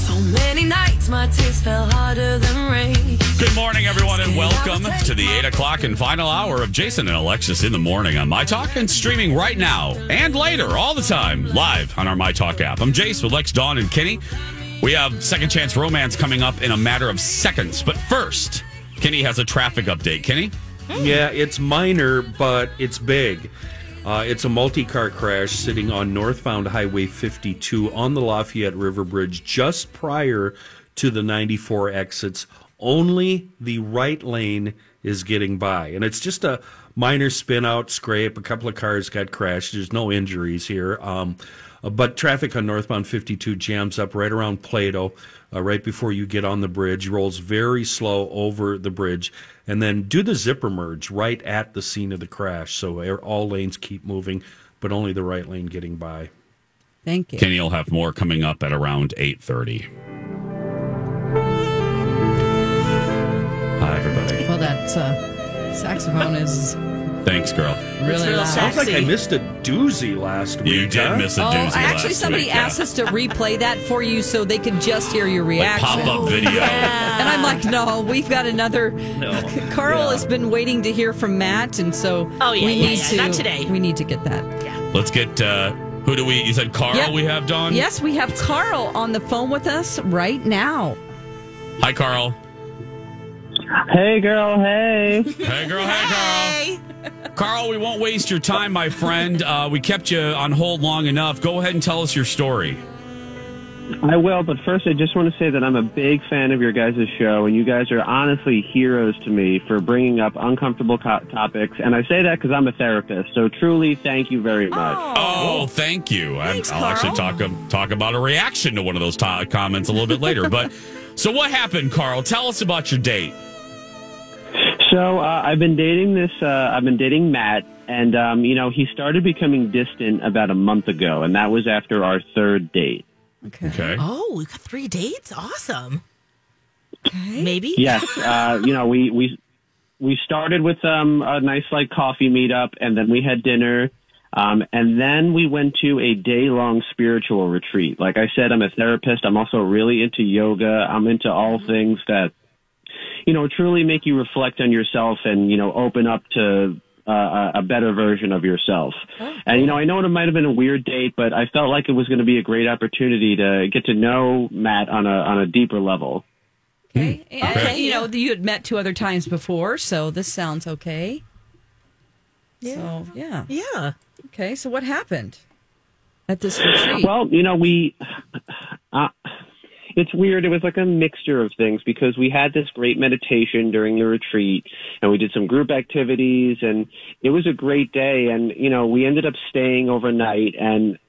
So many nights my tears fell harder than rain. Good morning, everyone, and welcome to the 8 o'clock and final hour of Jason and Alexis in the morning on My Talk and streaming right now and later all the time live on our My Talk app. I'm Jace with Lex, Dawn, and Kenny. We have Second Chance Romance coming up in a matter of seconds. But first, Kenny has a traffic update. Kenny? Yeah, it's minor, but it's big. Uh, it's a multi car crash sitting on northbound Highway 52 on the Lafayette River Bridge just prior to the 94 exits. Only the right lane is getting by. And it's just a minor spin out scrape. A couple of cars got crashed. There's no injuries here. Um, uh, but traffic on northbound 52 jams up right around Plato, uh, right before you get on the bridge, rolls very slow over the bridge, and then do the zipper merge right at the scene of the crash. So air- all lanes keep moving, but only the right lane getting by. Thank you. Kenny will have more coming up at around 8.30. Hi, everybody. Well, that uh, saxophone is Thanks, girl. really real loud. sax. Sounds like I Sexy. missed a doozy last week. You huh? did miss a Oh, doozy actually, last somebody week, yeah. asked us to replay that for you so they could just hear your Like reaction. pop-up video. And I'm like, no, we've got another. Carl has been waiting to hear from Matt, and so Oh, yeah, we yeah, need yeah, to. not today. We need to get that. Let's get uh, Who do we? You said Carl. Yep. We have Dawn. Yes, we have Carl on the phone with us right now. Hi, Carl. Hey, girl. Hey. Hey, girl. Hey, Carl. Carl, we won't waste your time, my friend. Uh, we kept you on hold long enough. Go ahead and tell us your story. I will, but first I just want to say that I'm a big fan of your guys' show, and you guys are honestly heroes to me for bringing up uncomfortable co- topics. And I say that because I'm a therapist, so truly, thank you very much. Oh, thank you. Thanks, I'm, I'll actually Carl. talk um, talk about a reaction to one of those to- comments a little bit later. But so, what happened, Carl? Tell us about your date. So uh, I've been dating this. Uh, I've been dating Matt, and um, you know he started becoming distant about a month ago, and that was after our third date. Okay. Oh, we got three dates. Awesome. Okay. Maybe. Yes, uh, you know we we we started with um, a nice like coffee meetup, and then we had dinner, um, and then we went to a day long spiritual retreat. Like I said, I'm a therapist. I'm also really into yoga. I'm into all things that you know truly make you reflect on yourself and you know open up to. Uh, a a better version of yourself. And, you know, I know it might have been a weird date, but I felt like it was going to be a great opportunity to get to know Matt on a, on a deeper level. Okay. And, You know, you had met two other times before, so this sounds okay. So, yeah. Yeah. Okay. So, what happened at this retreat? Well, you know, we. Uh, it's weird. It was like a mixture of things because we had this great meditation during the retreat and we did some group activities and it was a great day. And, you know, we ended up staying overnight and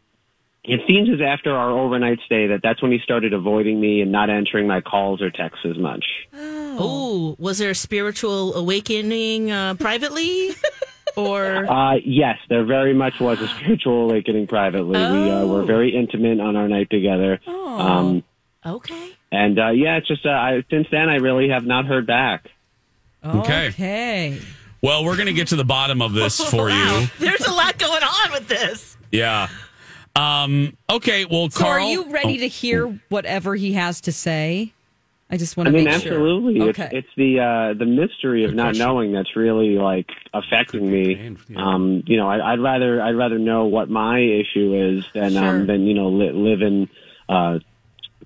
it seems as after our overnight stay that that's when he started avoiding me and not answering my calls or texts as much. Oh, was there a spiritual awakening uh, privately? or Uh, yes, there very much was a spiritual awakening privately. We uh, Oh. were very intimate on our night together. Um, okay. And uh, yeah, it's just uh, I, since then I really have not heard back. Okay. Okay. Well, we're going to get to the bottom of this for you. There's a lot going on with this. Yeah. Um, okay. Well, So, Carl. are you ready Oh. to hear whatever he has to say? I just want I to mean, make sure. absolutely, Okay. it's, it's the uh, the mystery of not knowing that's really like affecting me. Um, you know, I, I'd rather I'd rather know what my issue is than Sure. um, than you know li- live in uh,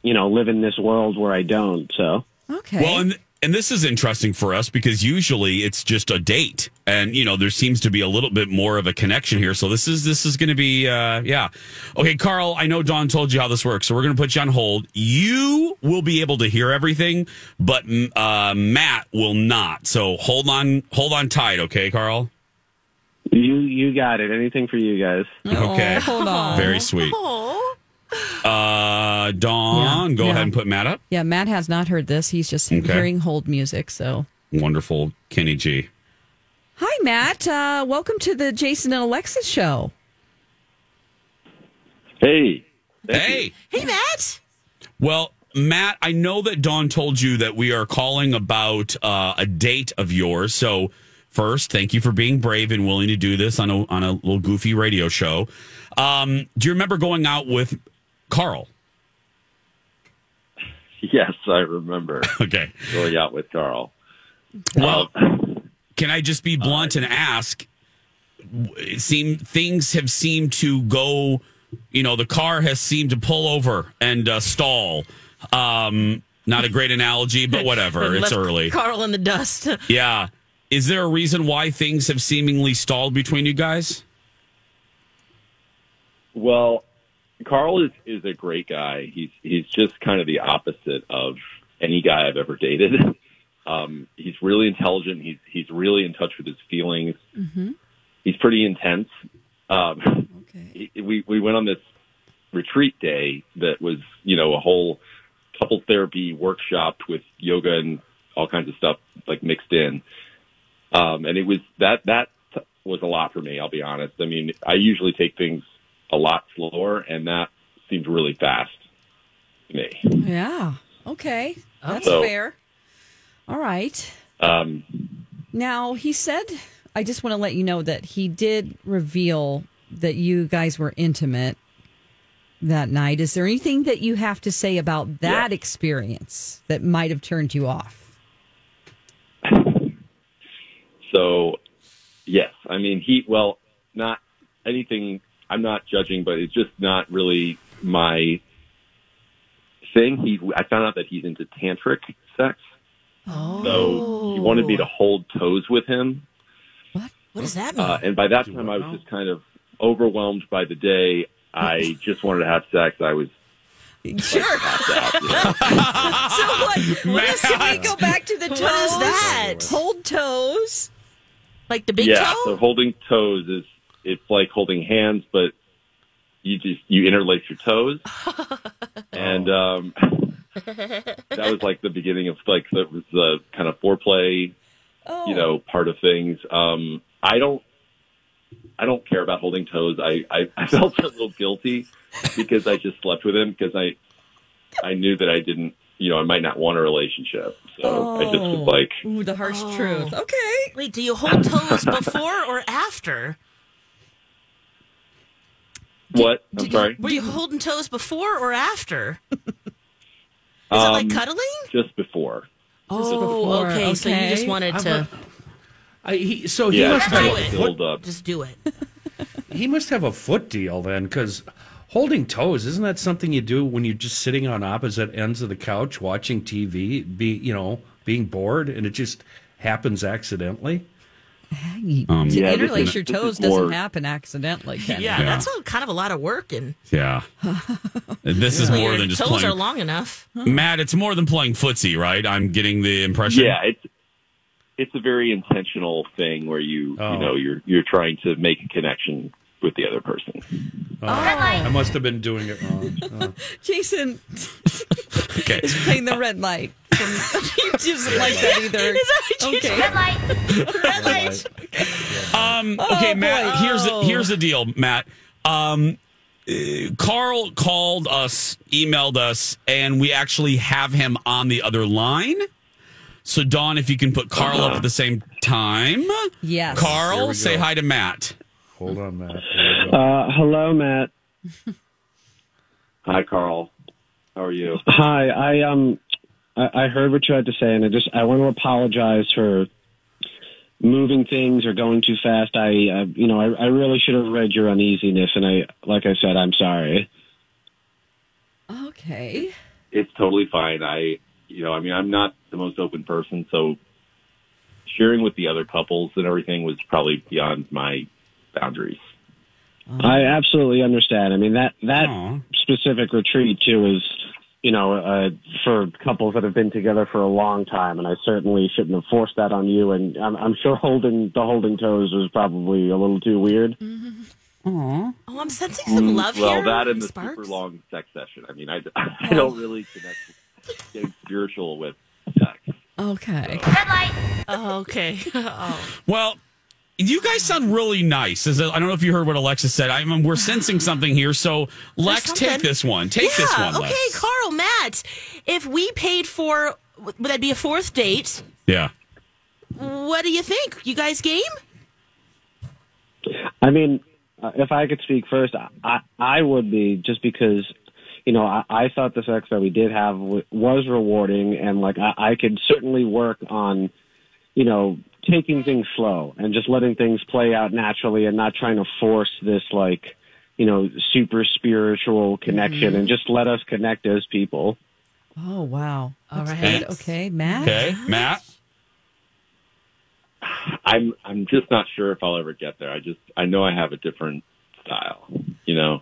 you know live in this world where I don't. So okay. Oh, Well, and and this is interesting for us because usually it's just a date, and you know there seems to be a little bit more of a connection here. So this is this is going to be uh, yeah. Okay, Carl. I know Dawn told you how this works, so we're going to put you on hold. You will be able to hear everything, but mm, uh, Matt will not. So hold on, hold on tight. Okay, Carl. you you got it. Anything for you guys? Okay. hold on. Very sweet. Oh. Uh, Dawn, Yeah, go yeah. ahead and put Matt up. Yeah, Matt has not heard this. He's just Okay. hearing hold music. So, Wonderful, Kenny G. hi, Matt. Uh, welcome to the Jason and Alexis show. Hey, hey. Hey, Matt. Well, Matt, I know that Dawn told you that we are calling about uh, a date of yours. So, first, thank you for being brave and willing to do this on a on a little goofy radio show. Um, do you remember going out with Carl? yes, I remember Okay. going out with Carl. Well, can I just be blunt and ask? It seem things have seemed to go. You know, the car has seemed to pull over and uh, stall. Um, not a great analogy, but whatever. it's Left early. Carl in the dust. Yeah. Is there a reason why things have seemingly stalled between you guys? Well, Carl is is a great guy. He's he's just kind of the opposite of any guy I've ever dated. Um, he's really intelligent. He's he's really in touch with his feelings. Mm-hmm. He's pretty intense. Um, Okay. he- we we went on this retreat day that was you know a whole couple therapy workshop with yoga and all kinds of stuff like mixed in um and it was that that was a lot for me i'll be honest i mean i usually take things a lot slower and that seemed really fast to me Yeah. Okay. That's So- fair. All right. um Now, he said, I just want to let you know that he did reveal that you guys were intimate that night. Is there anything that you have to say about that experience that might have turned you off? So, yes, I mean he well, not anything I'm not judging, but it's just not really my thing. He, I found out that he's into tantric sex. Oh. So he wanted me to hold toes with him. What does that mean? Uh, and by that time, I was just kind of overwhelmed by the day. I just wanted to have sex. I was Sure. so what? What else can we go back to the What toes? is that? Hold toes. Like the big yeah, toe? so holding toes is it's like holding hands, but you just you interlace your toes, and Oh. um, that was like the beginning of like that was the kind of foreplay, Oh. you know, part of things. Um, I don't. I don't care about holding toes. I, I, I felt a little guilty because I just slept with him because I I knew that I didn't you know I might not want a relationship so uh, I just Oh. was like Oh. Ooh, the harsh Oh. truth. Okay. Wait, do you hold toes before or after? what I'm sorry Were you holding toes before or after? Is it like Um, cuddling? just before Oh, before, okay, So you just okay. wanted I'm to I, he, so he Yeah, must it's have like a filled foot, up. just do it. he must have a foot deal then, because holding toes isn't that something you do when you're just sitting on opposite ends of the couch watching TV, be you know being bored, and it just happens accidentally. Um, yeah, to this interlace is- your this is toes doesn't more- happen accidentally. Yeah, Can it? that's a, kind of a lot of work, and Yeah. This is Well, more your than just toes playing. are long enough. Matt, it's more than playing footsie, right? I'm getting the impression. Yeah, it's it's a very intentional thing where you Oh. you know you're you're trying to make a connection with the other person. Oh, I must have been doing it wrong. Oh. Jason okay. is playing the red light. he doesn't like that either. okay. Red light. Um, Oh, okay, Matt. Here's the, here's the deal, Matt. Um, uh, Carl called us, emailed us, and we actually have him on the other line. So, Dawn, if you can put Carl up at the same time. Yes. Here we Carl, say go. hi to Matt. Hold on, Matt. Uh, hello, Matt. Hi, Carl. How are you? Hi, I um, I, I heard what you had to say, and I just I want to apologize for moving things or going too fast. I, uh, you know, I, I really should have read your uneasiness, and I, like I said, I'm sorry. Okay. It's totally fine. I you know I mean I'm not the most open person, so sharing with the other couples and everything was probably beyond my boundaries. I absolutely understand. I mean that that specific retreat too is, you know, uh, for couples that have been together for a long time, and I certainly shouldn't have forced that on you. And I'm, I'm sure holding the holding toes was probably a little too weird. Oh, I'm sensing some love Mm, well, here. that and the Sparks? Oh. super long sex session. I mean, I, I don't really connect getting spiritual with sex. Okay. Red light. Oh, okay. Oh. Well, you guys sound really nice. As I I don't know if you heard what Alexis said. I mean, we're sensing something here. So, Lex, take something. this one. Take this Yeah, one, Okay, Lex. Carl, Matt, if we paid for, would that be a fourth date? Yeah. What do you think? You guys game? I mean, uh, if I could speak first, I- I, I would be just because, you know, I, I thought the sex that we did have w- was rewarding and like I, I could certainly work on, you know, taking things slow and just letting things play out naturally and not trying to force this like, you know, super spiritual connection and just let us connect as people. Oh wow. All right. right. Okay, Matt. Okay, Matt. I'm I'm just not sure if I'll ever get there. I just I know I have a different style, you know.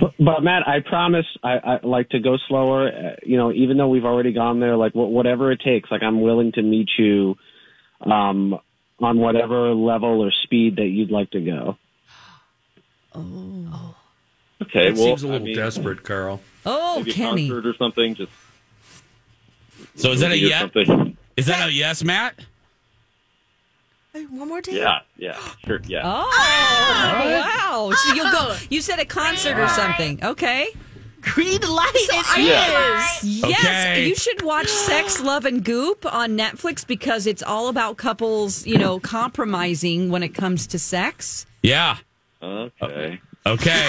But, but Matt, I promise I, I like to go slower. Uh, you know, even though we've already gone there, like wh- whatever it takes, like I'm willing to meet you um, on whatever level or speed that you'd like to go. Oh. Okay, It well, seems a little I mean, desperate, Carl. Oh, maybe a Kenny. concert or something. Just So is that a movie or yes? something. Is that a yes, Matt? Wait, One more date? Yeah, yeah, sure, yeah. Oh, wow. So you'll go. You said a concert or something. Okay. Green light. it Yeah. is. Yes, Okay. you should watch Sex, Love, and Goop on Netflix because it's all about couples, you know, compromising when it comes to sex. Yeah. Okay. Okay.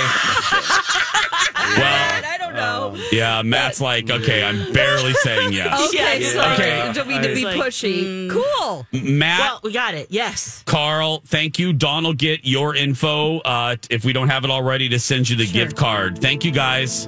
I don't know. um, Yeah, Matt's like, okay, I'm barely saying yes. Okay, Yeah. sorry. Okay. Don't mean to be Like, pushy. cool. Matt, Well, we got it. Yes. Carl, thank you. Don will get your info uh, t- if we don't have it already to send you the gift card. Thank you guys.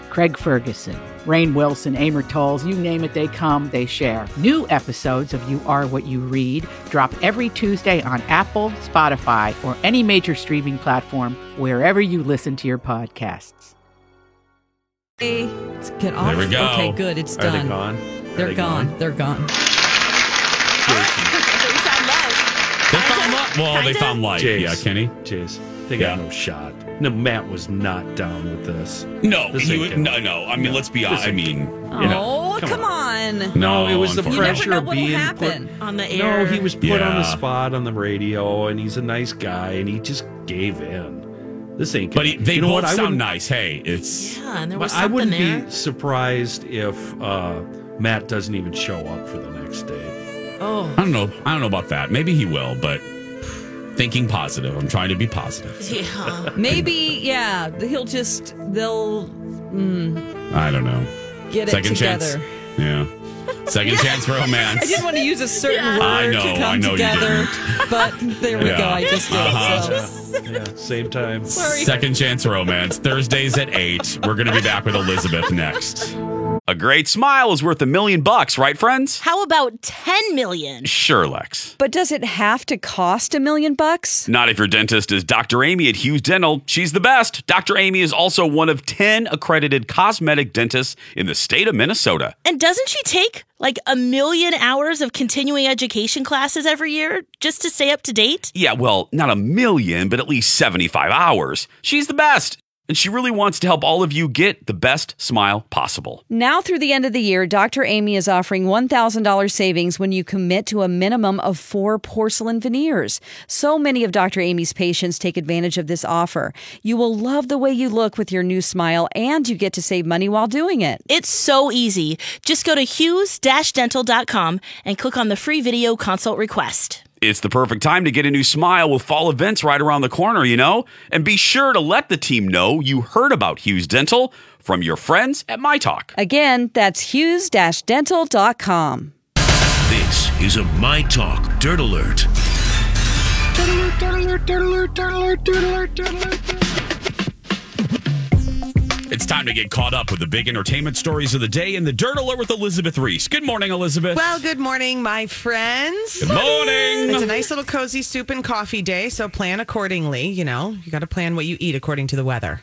Craig Ferguson, Rain Wilson, Amor Tolls, you name it, they come, they share. New episodes of You Are What You Read drop every Tuesday on Apple, Spotify, or any major streaming platform wherever you listen to your podcasts. Hey, let's get off. There we go. Okay, good. It's Are they done. gone? Are They're they gone. gone? They're gone. They found love. Well, they found life. Jays. Yeah, Kenny. Jays. They got no shot. No, Matt was not down with this. No, This he ain't would- gonna- no, no. I mean, let's be This honest. I ain't- mean, Oh, you know, come, on. No, it was the You never pressure know of what'll being happen on the No, air. he was put on the Yeah. spot on the radio, and he's a nice guy, and he just gave in. This ain't. But gonna- he, they you know both what? I sound wouldn't- nice. Hey, it's Yeah, and there But was I something wouldn't there. be surprised if uh, Matt doesn't even show up for the next day. Oh, I don't know. I don't know about that. Maybe he will, but thinking positive. I'm trying to be positive. yeah. Maybe, yeah. He'll just, they'll mm, I don't know. get it Second together. chance. Yeah. Second chance romance. I didn't want to use a certain word I know, to come I know you together, but there we go. I just did. Uh-huh. So. Yeah, same time. Second chance romance. Thursdays at 8. We're going to be back with Elizabeth next. A great smile is worth a million bucks, right, friends? How about 10 million? Sure, Lex. But does it have to cost a million bucks? Not if your dentist is Dr. Amy at Hughes Dental. She's the best. Dr. Amy is also one of 10 accredited cosmetic dentists in the state of Minnesota. And doesn't she take like a million hours of continuing education classes every year just to stay up to date? Yeah, well, not a million, but at least 75 hours. She's the best. And she really wants to help all of you get the best smile possible. Now through the end of the year, Dr. Amy is offering $1,000 savings when you commit to a minimum of four porcelain veneers. So many of Dr. Amy's patients take advantage of this offer. You will love the way you look with your new smile, and you get to save money while doing it. It's so easy. Just go to hughes-dental.com and click on the free video consult request. It's the perfect time to get a new smile with fall events right around the corner, you know? And be sure to let the team know you heard about Hughes Dental from your friends at My Talk. Again, that's hughes-dental.com. This is a My Talk Dirt Alert. It's time to get caught up with the big entertainment stories of the day in the Dirt Alert with Elizabeth Reese. Good morning, Elizabeth. Well, good morning, my friends. Good morning. It's a nice little cozy soup and coffee day, so plan accordingly. You know, you got to plan what you eat according to the weather.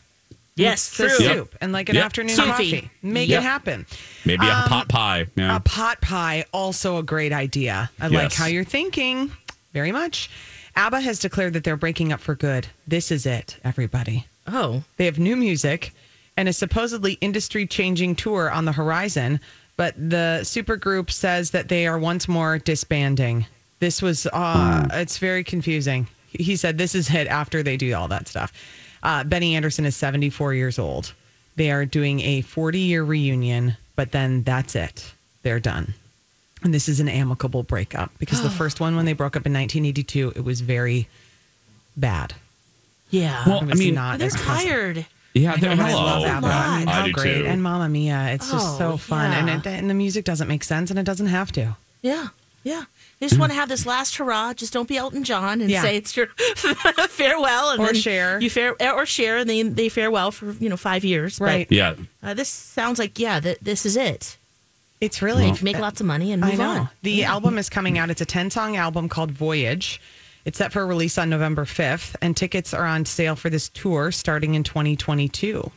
Yes, It's a true. Yep. soup and like an Yep. afternoon Soupy. coffee. Make Yep. it happen. Maybe Um, a pot pie. Yeah. A pot pie, also a great idea. I like Yes. how you're thinking very much. ABBA has declared that they're breaking up for good. This is it, everybody. Oh. They have new music and a supposedly industry changing tour on the horizon, but the supergroup says that they are once more disbanding. This was, uh, it's very confusing. He said this is it after they do all that stuff. Uh, Benny Anderson is 74 years old. They are doing a 40 year reunion, but then that's it. They're done. And this is an amicable breakup because the first one, when they broke up in 1982, it was very bad. Yeah. Well, I mean, not they're as pleasant. tired. Yeah, I know, but I hello. love ABBA. I mean, I how do great. too. And Mamma Mia, it's just Oh, so fun. And, it, and the music doesn't make sense, and it doesn't have to. Yeah. Yeah. They just want to have this last hurrah. Just don't be Elton John and Yeah. say it's your farewell, and Or then Cher. You fare or share, and then they farewell for you know five years. But, Right. Yeah. uh, this sounds like yeah. Th- this is it. It's really uh, make lots of money and I move know. on. The album is coming out. It's a 10 song album called Voyage. It's set for release on November 5th, and tickets are on sale for this tour starting in 2022.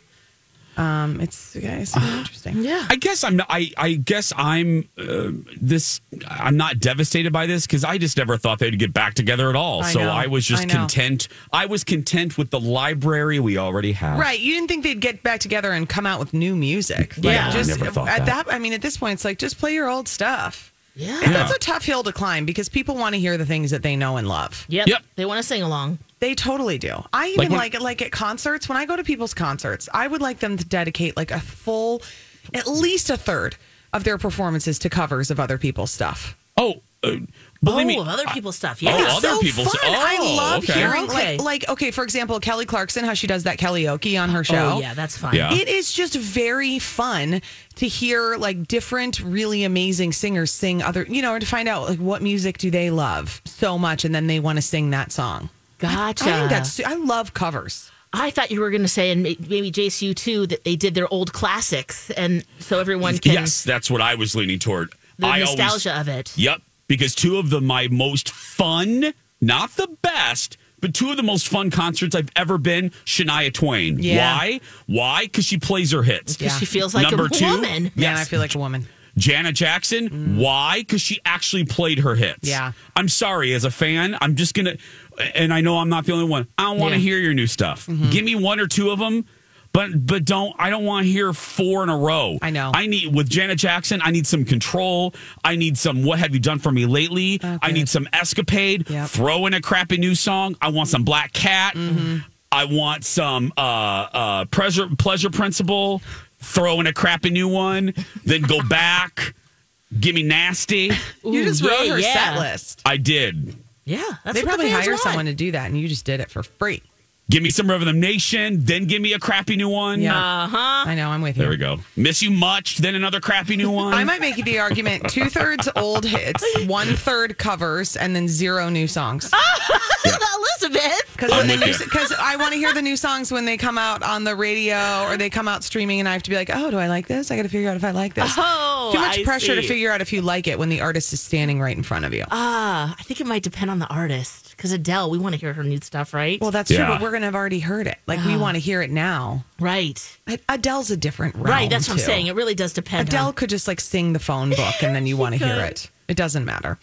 Um, it's, yeah, it's interesting. Yeah. I guess I'm. Not, I I guess I'm. Uh, this. I'm not devastated by this because I just never thought they'd get back together at all. I so know. I was just I know. content. I was content with the library we already have. Right. You didn't think they'd get back together and come out with new music. Like, Yeah, I Just, never thought at that. I mean, at this point, it's like, just play your old stuff. Yeah. And that's a tough hill to climb because people want to hear the things that they know and love. Yep. They want to sing along. They totally do. I even Like like, when- it like at concerts. When I go to people's concerts, I would like them to dedicate like a full, at least a third of their performances to covers of other people's stuff. Oh, uh, oh, believe me. of other people's stuff. Oh, Yeah. other so people's- Fun. I oh, love okay. hearing Okay. like, like okay, for example, Kelly Clarkson, how she does that karaoke on her show. Oh, yeah, that's fine. Yeah. It is just very fun to hear like different really amazing singers sing other, you know, and to find out like what music do they love so much and then they want to sing that song. Gotcha. I think that's I love covers. I thought you were going to say, and may- maybe JCU too, that they did their old classics, and so everyone can Yes, that's what I was leaning toward. the I always- nostalgia of it. Yep, because two of the my most fun, not the best, but two of the most fun concerts I've ever been. Shania Twain. Yeah. Why? Why? Because she plays her hits. 'Cause she feels like a Number two, woman. Yeah, I Yes. feel like a woman. Mm. Janet Jackson. Why? Because she actually played her hits. Yeah. I'm sorry, as a fan, I'm just gonna, and I know I'm not the only one. I don't want to Yeah. hear your new stuff. Mm-hmm. Give me one or two of them. But but don't I don't want to hear four in a row. I know. I need with Janet Jackson. I need some control. I need some. What have you done for me lately? I need some escapade. Oh, Yep. Throw in a crappy new song. I want some Black Cat. Mm-hmm. I want some uh, uh, pleasure pleasure principle. Throw in a crappy new one. Then go back. Give me nasty. you Ooh, just wrote yeah, her yeah. set list. I did. Yeah, that's they what probably the fans hire want. someone to do that and you just did it for free. Give me some Rhythm Nation. Then give me a crappy new one. Uh huh. I know, I'm with you. There we go. Miss you much. Then another crappy new one. I might make the argument two thirds old hits, one third covers, and then zero new songs. Elizabeth. Because when I'm the with new, you. because I want to hear the new songs when they come out on the radio or they come out streaming, and I have to be like, oh, do I like this? I got to figure out if I like this. Oh, Too much I pressure to see. figure out if you like it when the artist is standing right in front of you. Ah, I think it might depend on the artist. Because Adele, we want to hear her new stuff, right? well, that's Yeah. true, but we're gonna have already heard it. Like we want to hear it now. right, Ad- Adele's a different realm, right. That's what too. I'm saying. It really does depend. Adele on- could just like sing the phone book, and then you want to hear could. it. It doesn't matter.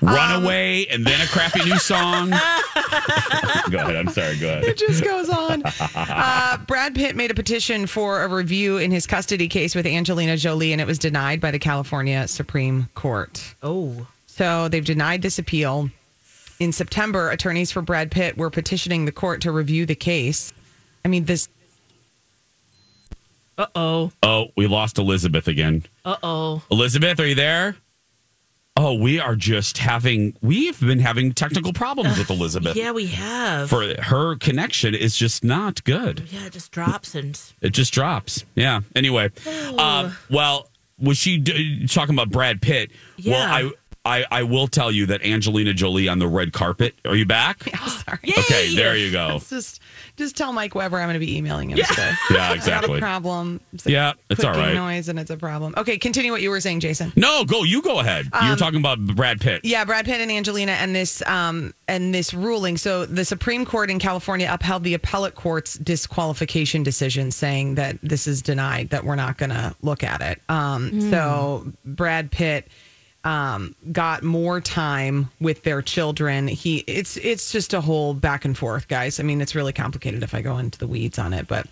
Runaway um, and then a crappy new song. go ahead. I'm sorry. Go ahead. It just goes on. Uh, Brad Pitt made a petition for a review in his custody case with Angelina Jolie, and it was denied by the California Supreme Court. oh, So they've denied this appeal. In September, attorneys for Brad Pitt were petitioning the court to review the case. I mean, this uh oh, Oh, we lost Elizabeth again. uh oh. Elizabeth, are you there? Oh, we are just having we've been having technical problems with Elizabeth. Yeah, we have. For her connection is just not good. yeah, it just drops and It just drops. Yeah. Anyway, um, well, was she d- talking about Brad Pitt? Yeah. Well, I, I I will tell you that Angelina Jolie on the red carpet. Are you back? I'm sorry. Okay, there you go. Let's just just tell Mike Weber I'm going to be emailing him today. I Yeah, got exactly. a problem. It's Yeah, it's clicking all right. Noise and it's a problem. Okay, continue what you were saying, Jason. No, go. You go ahead. Um, You're talking about Brad Pitt. Yeah, Brad Pitt and Angelina and this um and this ruling. So the Supreme Court in California upheld the appellate court's disqualification decision saying that this is denied that we're not going to look at it. Um so Brad Pitt um got more time with their children. He it's it's just a whole back and forth, guys. I mean, it's really complicated if I go into the weeds on it, but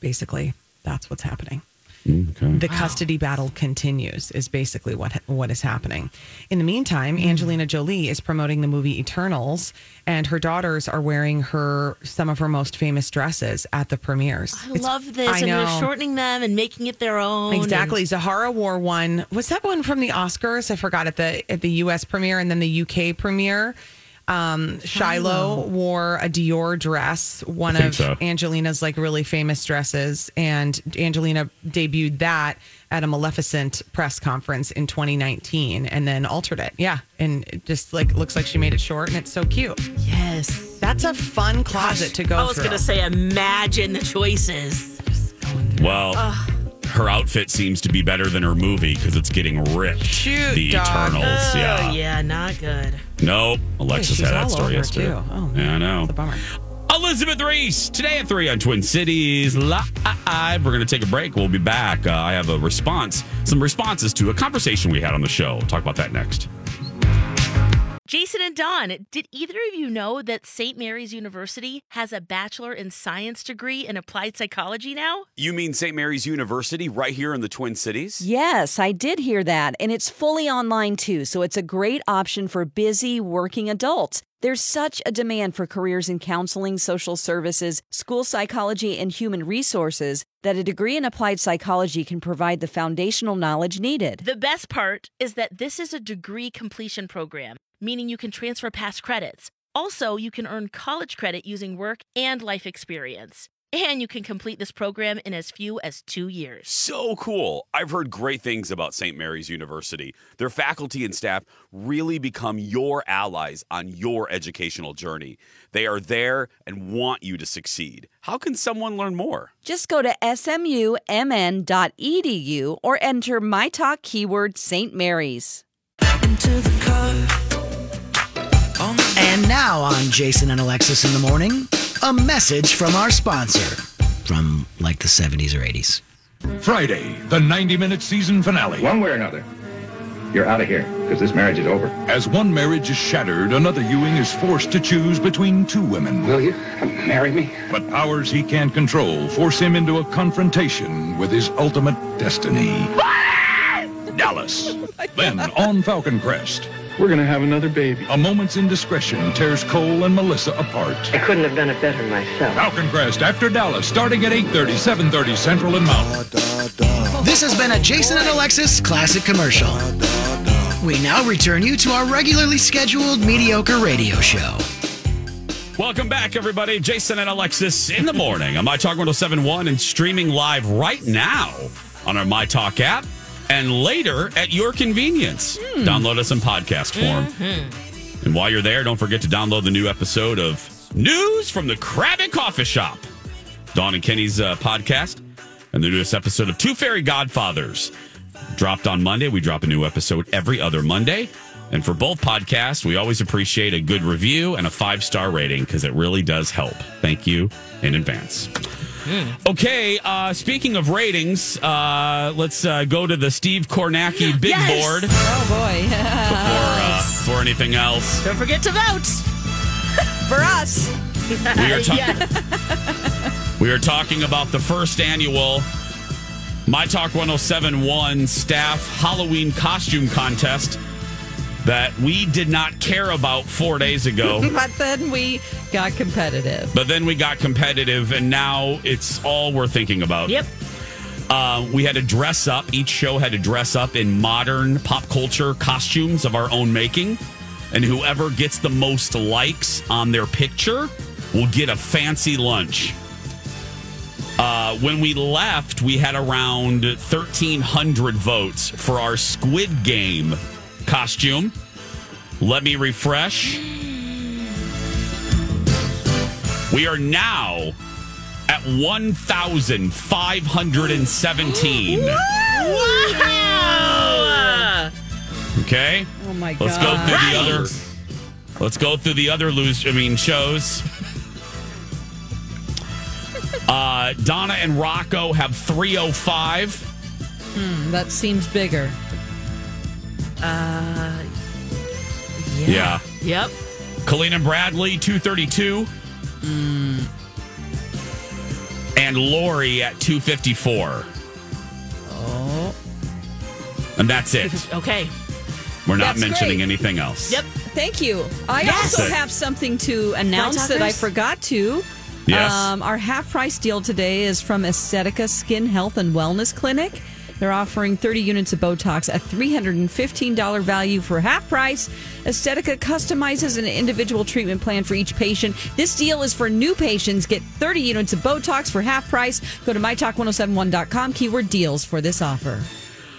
basically that's what's happening Mm, the custody battle continues is basically what what is happening in the meantime angelina jolie is promoting the movie eternals and her daughters are wearing her some of her most famous dresses at the premieres I It's- love this. I and know. they're shortening them and making it their own. and- Exactly. Zahara wore one. Was that one from the Oscars? I forgot at the at the U.S. premiere and then the U.K. premiere. Um, Shiloh wore a Dior dress, one think of so. Angelina's like really famous dresses, and Angelina debuted that at a Maleficent press conference in 2019, and then altered it. Yeah, and it just like looks like she made it short, and it's so cute. yes. That's a fun closet to go. I was through. going to say, imagine the choices. Well, her outfit seems to be better than her movie because it's getting ripped. Shoot, the dog. Eternals. Oh, yeah. yeah, not good. Nope. Alexis she's had that all story over it, yesterday. too. Oh, yeah, I know. Elizabeth Reese, today at 3 on Twin Cities Live. We're going to take a break. We'll be back. Uh, I have a response, some responses to a conversation we had on the show. Talk about that next. Jason and Don, did either of you know that St. Mary's University has a bachelor in science degree in applied psychology now? You mean St. Mary's University right here in the Twin Cities? Yes, I did hear that. And it's fully online too, so it's a great option for busy working adults. There's such a demand for careers in counseling, social services, school psychology, and human resources that a degree in applied psychology can provide the foundational knowledge needed. The best part is that this is a degree completion program, meaning you can transfer past credits. Also, you can earn college credit using work and life experience. And you can complete this program in as few as two years. So cool. I've heard great things about St. Mary's University. Their faculty and staff really become your allies on your educational journey. They are there and want you to succeed. How can someone learn more? Just go to smumn.edu E or enter my talk keyword St. Mary's. And now on Jason and Alexis in the morning, a message from our sponsor. from like the 70s or 80s. Friday, the 90 minute season finale. One way or another, you're out of here because this marriage is over. As one marriage is shattered, another Ewing is forced to choose between two women. Will you marry me? But powers he can't control force him into a confrontation with his ultimate destiny. Dallas. then on Falcon Crest. We're going to have another baby. A moment's indiscretion tears Cole and Melissa apart. I couldn't have done it better myself. Falcon Crest after Dallas, starting at 8.30, 7.30 Central and Mountain. This has been a Jason and Alexis classic commercial. We now return you to our regularly scheduled mediocre radio show. Welcome back, everybody. Jason and Alexis in the morning on My Talk 1071 and streaming live right now on our My Talk app and later at your convenience. Download us in podcast form. And while you're there, don't forget to download the new episode of News from the Crab and Coffee Shop, Dawn and Kenny's uh, podcast, and the newest episode of Two Fairy Godfathers. Dropped on Monday. We drop a new episode every other Monday. And for both podcasts, we always appreciate a good review and a five star rating because it really does help. Thank you in advance. Hmm. Okay, uh, speaking of ratings, uh, let's uh, go to the Steve Kornacki big board before, Oh boy. uh, before anything else. Don't forget to vote for us. We are talking. We are talking about the first annual My Talk 1071 staff Halloween costume contest that we did not care about four days ago. but then we got competitive. but then we got competitive, and now it's all we're thinking about. Yep. Uh, we had to dress up. Each show had to dress up in modern pop culture costumes of our own making. And whoever gets the most likes on their picture will get a fancy lunch. Uh, when we left, we had around 1,300 votes for our Squid Game costume. Let me refresh. We are now at 1,517. Wow! Okay. Oh my Let's go God. through Right. the other. Let's go through the other lose. I mean shows. Uh, Donna and Rocco have 305. Hmm, that seems bigger. Uh, Yeah. Yep. Colleen and Bradley 232. And Lori at 254. Oh. And that's it. Okay. We're not That's mentioning great. anything else. Thank you. I Yes. also have something to announce that I Talkers? forgot to. Um, Yes. our half price deal today is from Aesthetica Skin Health and Wellness Clinic. They're offering 30 units of Botox at $315 value for half price. Aesthetica customizes an individual treatment plan for each patient. This deal is for new patients. Get 30 units of Botox for half price. Go to mytalk1071.com, keyword deals for this offer.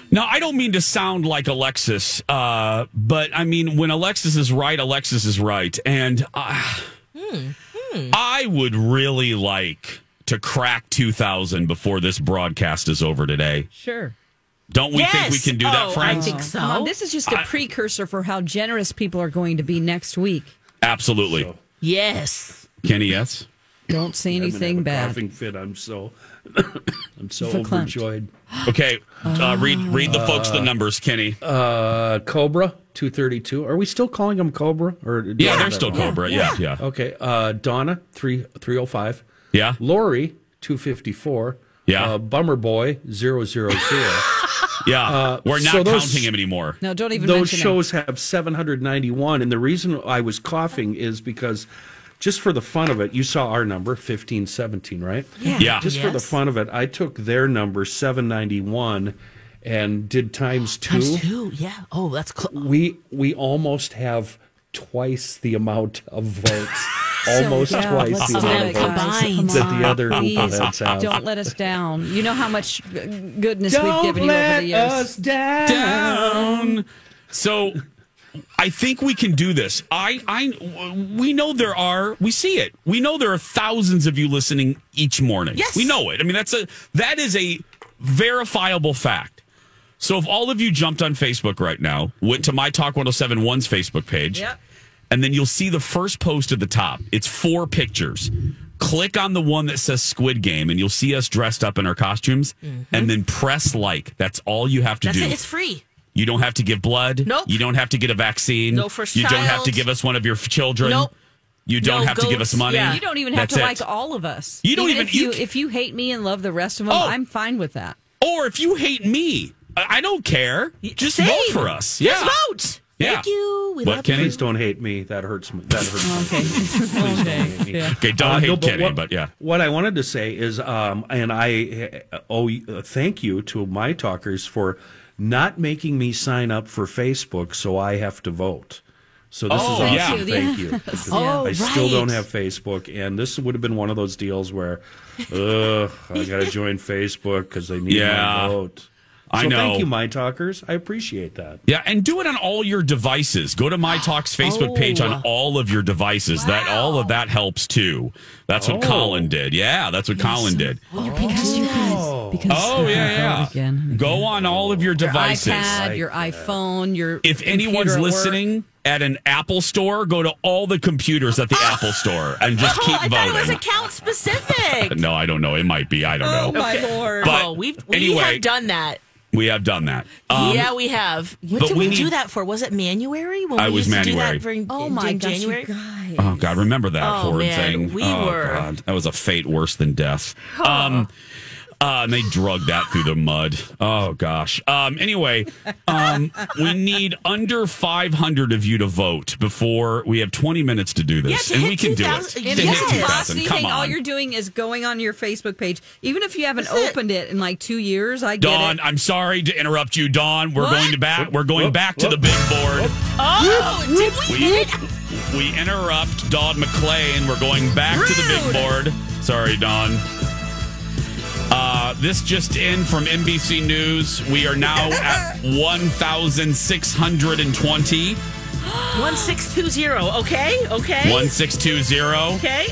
Now, I don't mean to sound like Alexis, uh, but I mean, when Alexis is right, Alexis is right. And uh, I would really like to crack 2,000 before this broadcast is over today. Sure. Don't we think we Yes! can do that, Oh, friends? Come on, this is just a I- precursor for how generous people are going to be next week. Absolutely. Yes. Kenny, yes? Don't say anything bad. Coughing fit. I'm so I'm so Verklempt. overjoyed. Okay, uh, read read the folks the numbers, Kenny. Uh, Cobra two thirty two. Are we still calling them Cobra? Or do I Yeah, have they're that still wrong? Cobra. Yeah, Yeah. yeah. Okay. Uh, Donna three three oh five. Yeah. Lori two fifty four. Yeah. Uh, Bummer boy zero zero zero. Yeah, Uh, we're not so those- counting him anymore. No, don't even those mention it. shows have 791 and the reason i was coughing is because just for the fun of it you saw our number 1517 right Yeah. Yeah. just for the Yes. fun of it i took their number 791 and did times two, Times two. Yeah. Oh, that's close. we we almost have twice the amount of votes So, almost yeah, twice let's the do amount of it, guys. votes Come that the on, other people please. that's out Don't let us down. You know how much goodness Don't we've given you over let the years. us down. down. So I think we can do this. I I we know there are we see it. We know there are thousands of you listening each morning. Yes. We know it. I mean that's a that is a verifiable fact. So if all of you jumped on Facebook right now, went to my talk 1071's Facebook page, Yep. and then you'll see the first post at the top. It's four pictures. Click on the one that says Squid Game, and you'll see us dressed up in our costumes. And then press like. That's all you have to Mm-hmm. That's do. it. It's free. You don't have to give blood. Nope. You don't have to get a vaccine. No first You don't have child. to give us one of your f- children. Nope. You don't No have to give goats. us money. Yeah. You don't even have That's to it. like all of us. You don't even- if you you, Oh. ca- if you hate me and love the rest of them, I'm fine with that. Or if you hate me, I I don't care. Just same. vote for us. Yeah. Just vote. Yeah. Thank you. We What, love Kenny? you. please don't hate me that hurts me that hurts me. Okay. okay. Uh, Okay, don't hate Kenny, what, but yeah. What I wanted to say is, um, and I uh, owe you- uh, thank you to my talkers for not making me sign up for Facebook so I have to vote. So this Oh, is awesome. yeah. Thank you. Yes. Because Oh, I still don't right. have Facebook, and this would have been one of those deals where, ugh, I got to join Facebook because they need Yeah. my vote. So I know. Thank you, my talkers. I appreciate that. Yeah, and do it on all your devices. Go to My Talk's Facebook Oh. page on all of your devices. That all of that helps too. That's what Oh. Colin did. Yeah, that's what Colin did. Oh, because you guys. Because Oh I yeah, voted yeah. Go on all of your devices. Your iPad, your iPhone, your if computer anyone's at work. listening at an Apple store, go to all the computers at the Apple store and just oh, keep Ah. I thought it was voting. account specific. no, I don't know. It might be. I don't oh know. my lord. But oh, we've we anyway- have done that. We have done that. Um, yeah, we have. What but did we we, need- do that for? Was it Manuary? When I we was used to do Manuary. that during, Oh my during gosh, you January. Oh God, remember that Oh, horrid man, thing? we oh, were- God. That was a fate worse than death. Um, uh, and they drug that through the mud. Oh gosh. Um, anyway, um, we need under 500 of you to vote before we have 20 minutes to do this, to and hit we can do 2,000 If Yes. it. To you hit haven't lost 2,000, anything, Come all on. you're doing is going on your Facebook page. Even if you haven't opened it in like two years, I get it. Dawn, I'm sorry to interrupt you, Dawn. We're What? going to back. We're going back to the big board. Oh, did we? We, we interrupt Dawn McClain. We're going back to the big board. Sorry, Dawn. Uh, this just in from NBC News. We are now at 1,620. One six two zero. Okay. Okay. 1,620. Okay.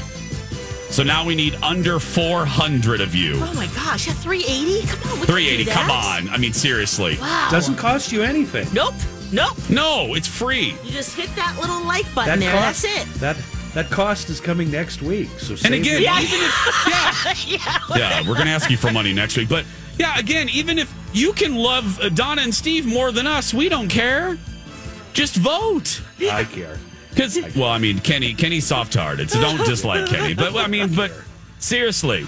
So now we need under 400 of you. Oh my gosh. Yeah, three eighty. Come on. we can do 380, come that. on. I mean, seriously. Wow. Doesn't cost you anything. Nope. Nope. No, it's free. You just hit that little like button there. cost- That's it. That that cost is coming next week. So And save again, your yeah. money. even if yeah. yeah, we're going to ask you for money next week. But yeah, again, even if you can love uh, Donna and Steve more than us, we don't care. Just vote. I care. Because, well, I mean, Kenny, Kenny's soft hearted, so don't dislike Kenny. But, well, I mean, but seriously.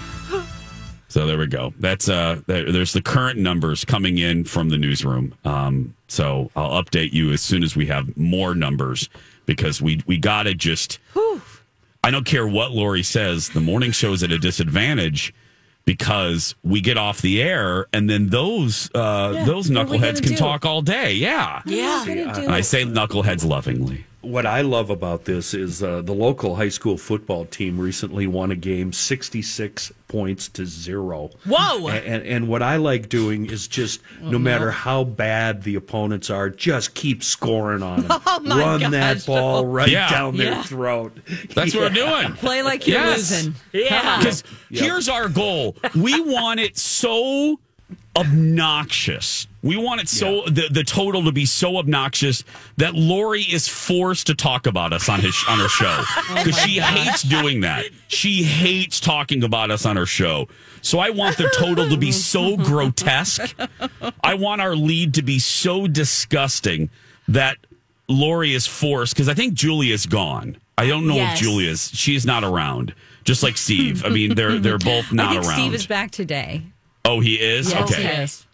So there we go. That's uh, there, there's the current numbers coming in from the newsroom. Um, so I'll update you as soon as we have more numbers because we we gotta just. I don't care what Lori says. The morning show's at a disadvantage because we get off the air, and then those uh, Yeah, those what are we knuckleheads gonna can do? talk all day. Yeah, Yeah. What are we gonna And I do? say knuckleheads lovingly. What I love about this is uh, the local high school football team recently won a game 66 points to zero. Whoa. A- And, and what I like doing is just Oh, no matter how bad the opponents are, just keep scoring on them. Oh, my Run gosh. that ball right Yeah. down their Yeah. throat. That's what Yeah. we're doing. Play like you're Yes. losing. Yeah. Because here's our goal. We want it so obnoxious. We want it so the, the total to be so obnoxious that Lori is forced to talk about us on his on her show because my she God. hates doing that. She hates talking about us on her show. So I want the total to be so grotesque. I want our lead to be so disgusting that Lori is forced because I think Julia's gone. I don't know Yes. if Julia's she's not around. Just like Steve. I mean, they're they're both not I think around. Steve is back today. Oh, he is? Yes, okay. he is.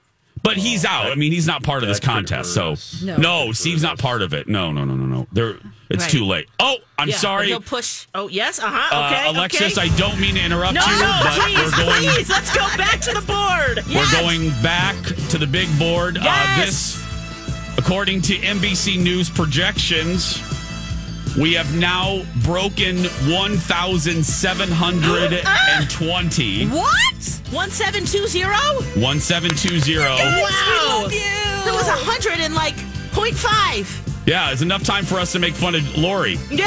But he's out. I mean, he's not part of this contest. So No. no, Steve's not part of it. No, no, no, no, no. There, it's Right. too late. Oh, I'm Yeah, sorry, He'll push. Oh yes. Uh huh. Okay. uh, Alexis. okay. I don't mean to interrupt no, you, no, but please, we're going. please. Let's go back to the board. We're Yes. going back to the big board. Uh, this, according to NBC News projections, we have now broken 1,720. What? One seven two zero. 1720. Wow. There was a hundred and like point five. Yeah, it's enough time for us to make fun of Lori. Yeah.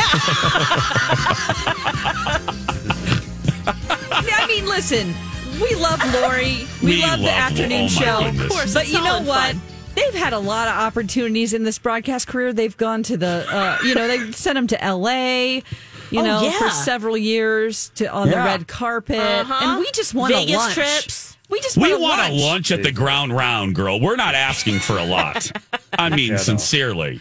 I mean, listen, we love Lori. We, We love, love the Lo- afternoon oh my show. goodness. Of course, but it's you know solid what? They've had a lot of opportunities in this broadcast career. They've gone to the, uh, you know, they sent them to L.A. You Oh, know, for yeah. several years to on the Yeah. red carpet, Uh-huh. and we just want Vegas a lunch. trips. We just We want, want a lunch. at the ground round, girl. We're not asking for a lot. I mean, At all. sincerely.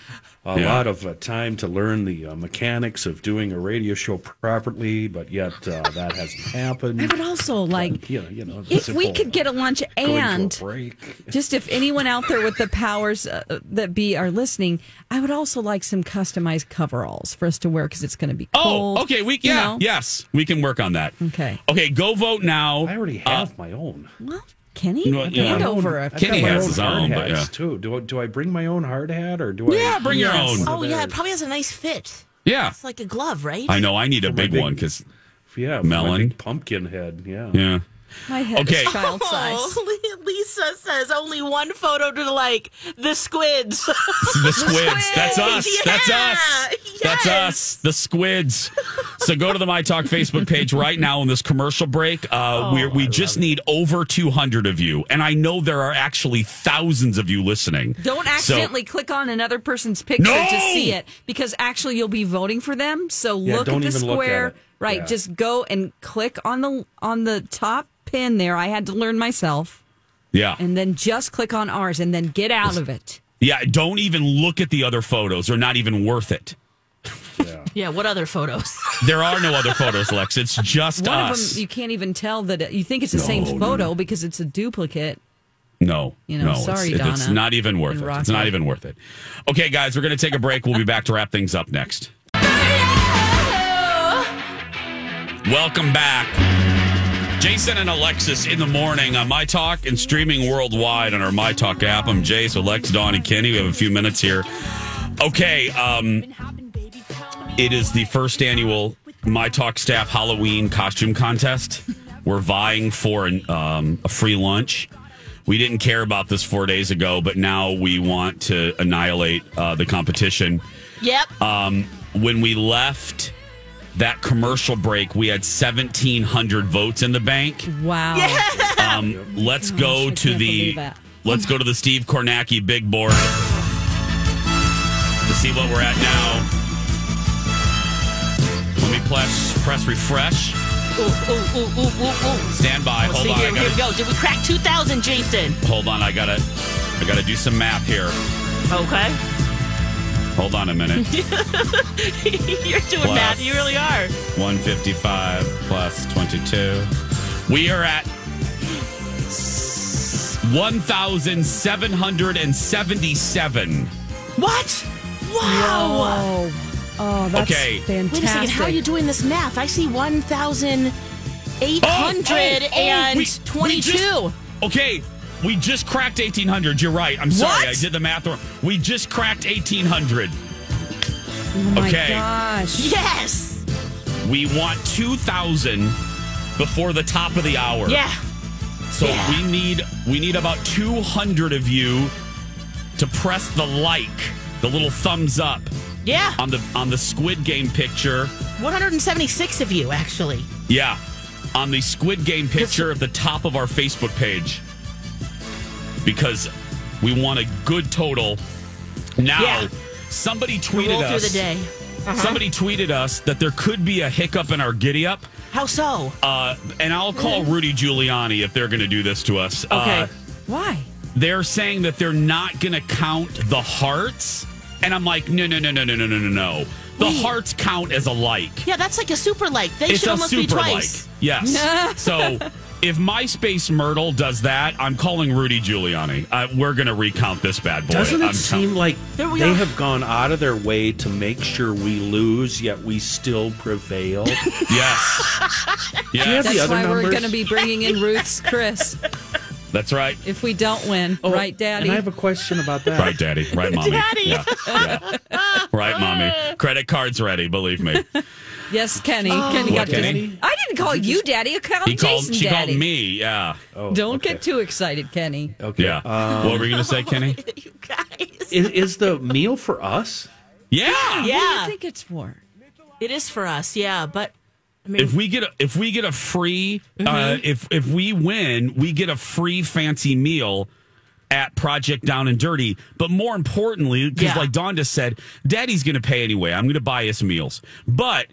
a Yeah. lot of uh, time to learn the uh, mechanics of doing a radio show properly, but yet uh, that hasn't happened. I would also like you know, you know, if we simple could get a lunch going to a and break. just if anyone out there with the powers uh, that be are listening, I would also like some customized coveralls for us to wear because it's going to be cold. Oh, okay. We you yeah, know? yes, we can work on that. Okay. Okay, go vote now. Uh, I already have my own. Well, Kenny, You know what, yeah. hand over a I've got Kenny my has own his hard own, but hats yeah. too. Do I, do I bring my own hard hat or do I? Yeah, bring your Yes. own. Oh yeah, it probably has a nice fit. Yeah. It's like a glove, right? I know I need a big, big- one because yeah, for my melon big pumpkin head. Yeah, yeah. My head Okay. is child size. Oh, Lisa says only one photo to like the squids. the squids. That's us. That's Yeah. us. That's us. The squids. So go to the My Talk Facebook page right now in this commercial break. Oh, Uh, we're, we just need over 200 of you. And I know there are actually thousands of you listening. Don't So- accidentally click on another person's picture No! to see it because actually you'll be voting for them. So Yeah, look at don't the even look at square. it. right. Yeah. Just go and click on the on the top pin there. I had to learn myself. yeah. And then just click on ours and then get out of it. Yeah. Don't even look at the other photos. They're not even worth it. Yeah, what other photos? There are no other photos, Lex. It's just One us. of them you can't even tell that it, you think it's the No, same no. photo because it's a duplicate. No, You know, no, sorry, it's, it's Donna not even worth and it. It's Rocky. not even worth it. Okay, guys, we're going to take a break. We'll be back to wrap things up next. Welcome back. Jason and Alexis in the morning on My Talk and streaming worldwide on our My Talk app. I'm Jace, Alex, Dawn, and Kenny. We have a few minutes here. Okay, um, it is the first annual My Talk staff Halloween costume contest. We're vying for an, um, a free lunch. We didn't care about this four days ago, but now we want to annihilate uh, the competition. Yep. Um, when we left that commercial break, we had 1,700 votes in the bank. Wow. Um, let's go to the believe that. let's go to the Steve Kornacki big board to see what we're at now. Let me press press refresh. Ooh, ooh, ooh, ooh, ooh, ooh. Stand by. Let's Hold see, on. here, here I we go. gotta, Did we crack 2,000, Jason? hold on. I gotta I gotta do some math here. Okay. Hold on a minute. You're doing Plus. math. You really are. 155 plus 22. We are at s- 1,777. What? Wow. Oh, oh that's Okay. fantastic. Wait a second. How are you doing this math? I see 1,822. Oh, Okay, we just cracked 1,800. You're right. I'm sorry. What? I did the math wrong. We just cracked 1,800. Oh my Okay. gosh. Yes. We want 2,000 before the top of the hour. Yeah. So we need we need about 200 of you to press the like, the little thumbs up Yeah. on the on the Squid Game picture. 176 of you, actually. Yeah, on the Squid Game picture at the top of our Facebook page. because we want a good total. Now, Yeah. somebody We tweeted roll through us. the day. Uh-huh. Somebody tweeted us that there could be a hiccup in our giddy up. How so? Uh, and I'll call Rudy Giuliani if they're going to do this to us. Okay. Uh, Why? they're saying that they're not going to count the hearts. And I'm like, no, no, no, no, no, no, no, no, no. The hearts count as a like. Yeah, that's like a super like. They it's should a almost super be twice. like. Yes. so if MySpace Myrtle does that, I'm calling Rudy Giuliani. Uh, we're going to recount this bad boy. Doesn't it I'm seem like There we they are. have gone out of their way to make sure we lose, yet we still prevail? yes. Do you have That's the other why we're numbers? going to be bringing in Ruth's Chris That's right. if we don't win, Oh, right, Daddy? And I have a question about that. Right, Daddy. Right, Mommy. Yeah. Yeah. Right, Mommy. Credit card's ready, believe me. yes, Kenny. Oh. Kenny got What, Kenny? Kenny? I didn't call you Daddy. I called He called, Jason she Daddy. called me, yeah. Oh. Don't get too excited, Kenny. Okay. Um, Yeah. what were you going to say, Kenny? Is, is the meal for us? Yeah. Yeah. think it's for? It is for us, yeah. But I mean, If we get a, if we get a free uh, Mhm. if if we win, we get a free fancy meal at Project Down and Dirty. But more importantly, because Yeah. like Don just said, Daddy's going to pay anyway. I'm going to buy us meals, but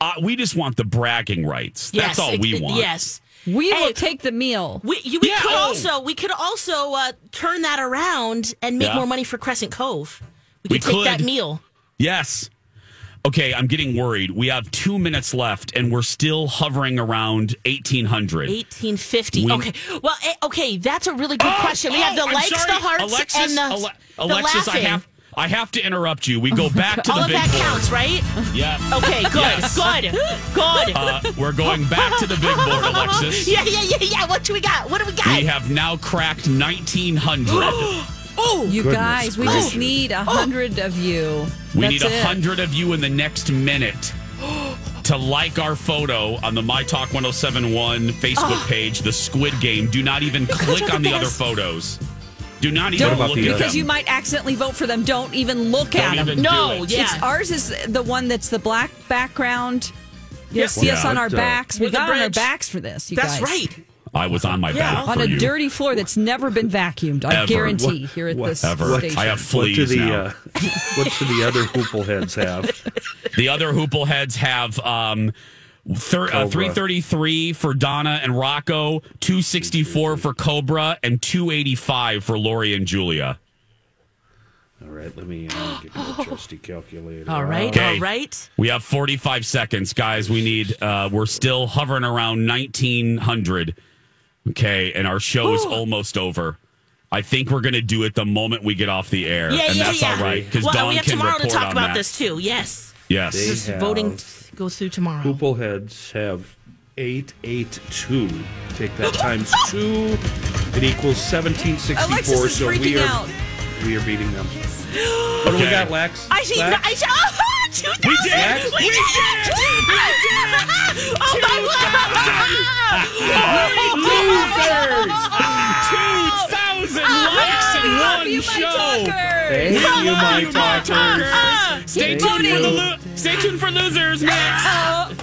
uh, we just want the bragging rights. yes, That's all it- we it- want. Yes. We will take the meal. We, you, we Yeah, could oh. also we could also uh, turn that around and make Yeah. more money for Crescent Cove. We could We take that could. meal. Yes. Okay, I'm getting worried. We have two minutes left, and we're still hovering around 1800. 1850. We- okay. Well, eh, okay, that's a really good Oh, question. We have the oh, I'm likes, sorry. the hearts, Alexis, and the, Ale- the Alexis, I laughing. have I have to interrupt you. We go back to the All of big that board. counts, right? Yeah. Okay, good, Yes. good, good. Uh, we're going back to the big board, Alexis. yeah, yeah, yeah, yeah. What do we got? What do we got? We have now cracked 1900. oh, you Goodness guys, we gracious. just need a hundred of you. we That's need it. a hundred of you in the next minute to like our photo on the My Talk 1071 Facebook Oh. page, the Squid Game. Do not even click look on the at other this. photos. Do not even Don't look at because them. you might accidentally vote for them. Don't even look Don't at even them. do No, it. yeah. It's, ours is the one that's the black background. You'll Yeah. see us Yeah, on our it, uh, backs. We With the got on our bridge. backs for this. You That's guys. right. I was on my back on for a you. dirty floor that's never been vacuumed. I Ever. guarantee What- here at this Ever. station. I have What fleas do the now. uh, what do the other hoople heads have? The other Hoople heads have um, thir- uh, Cobra. 333 for Donna and Rocco, 264 for Cobra, and 285 for Lori and Julia. All right, let me uh, get my trusty calculator. All right, Okay. all right. We have 45 seconds, guys. We need, uh, we're still hovering around 1900. Okay. And our show is almost over. I think we're going to do it the moment we get off the air. Yeah, and yeah, that's yeah. all right. Because well, Dawn we have can tomorrow to report talk on about that. this too. Yes. Yes. They This have- voting goes through tomorrow. Hoople heads have 882. Take that times 2. It equals 1764. Alexis is so we freaking are out. we are beating them. What do we got, Lex? I see. Lex? I see. Oh, 2000. We We did. did. it! We did it! Oh my God! Losers! 2,000 Oh, likes in one show! Thank We you, love my you, my Uh-huh. talkers. talkers. Stay Thank tuned for you. the lo- stay tuned for losers next.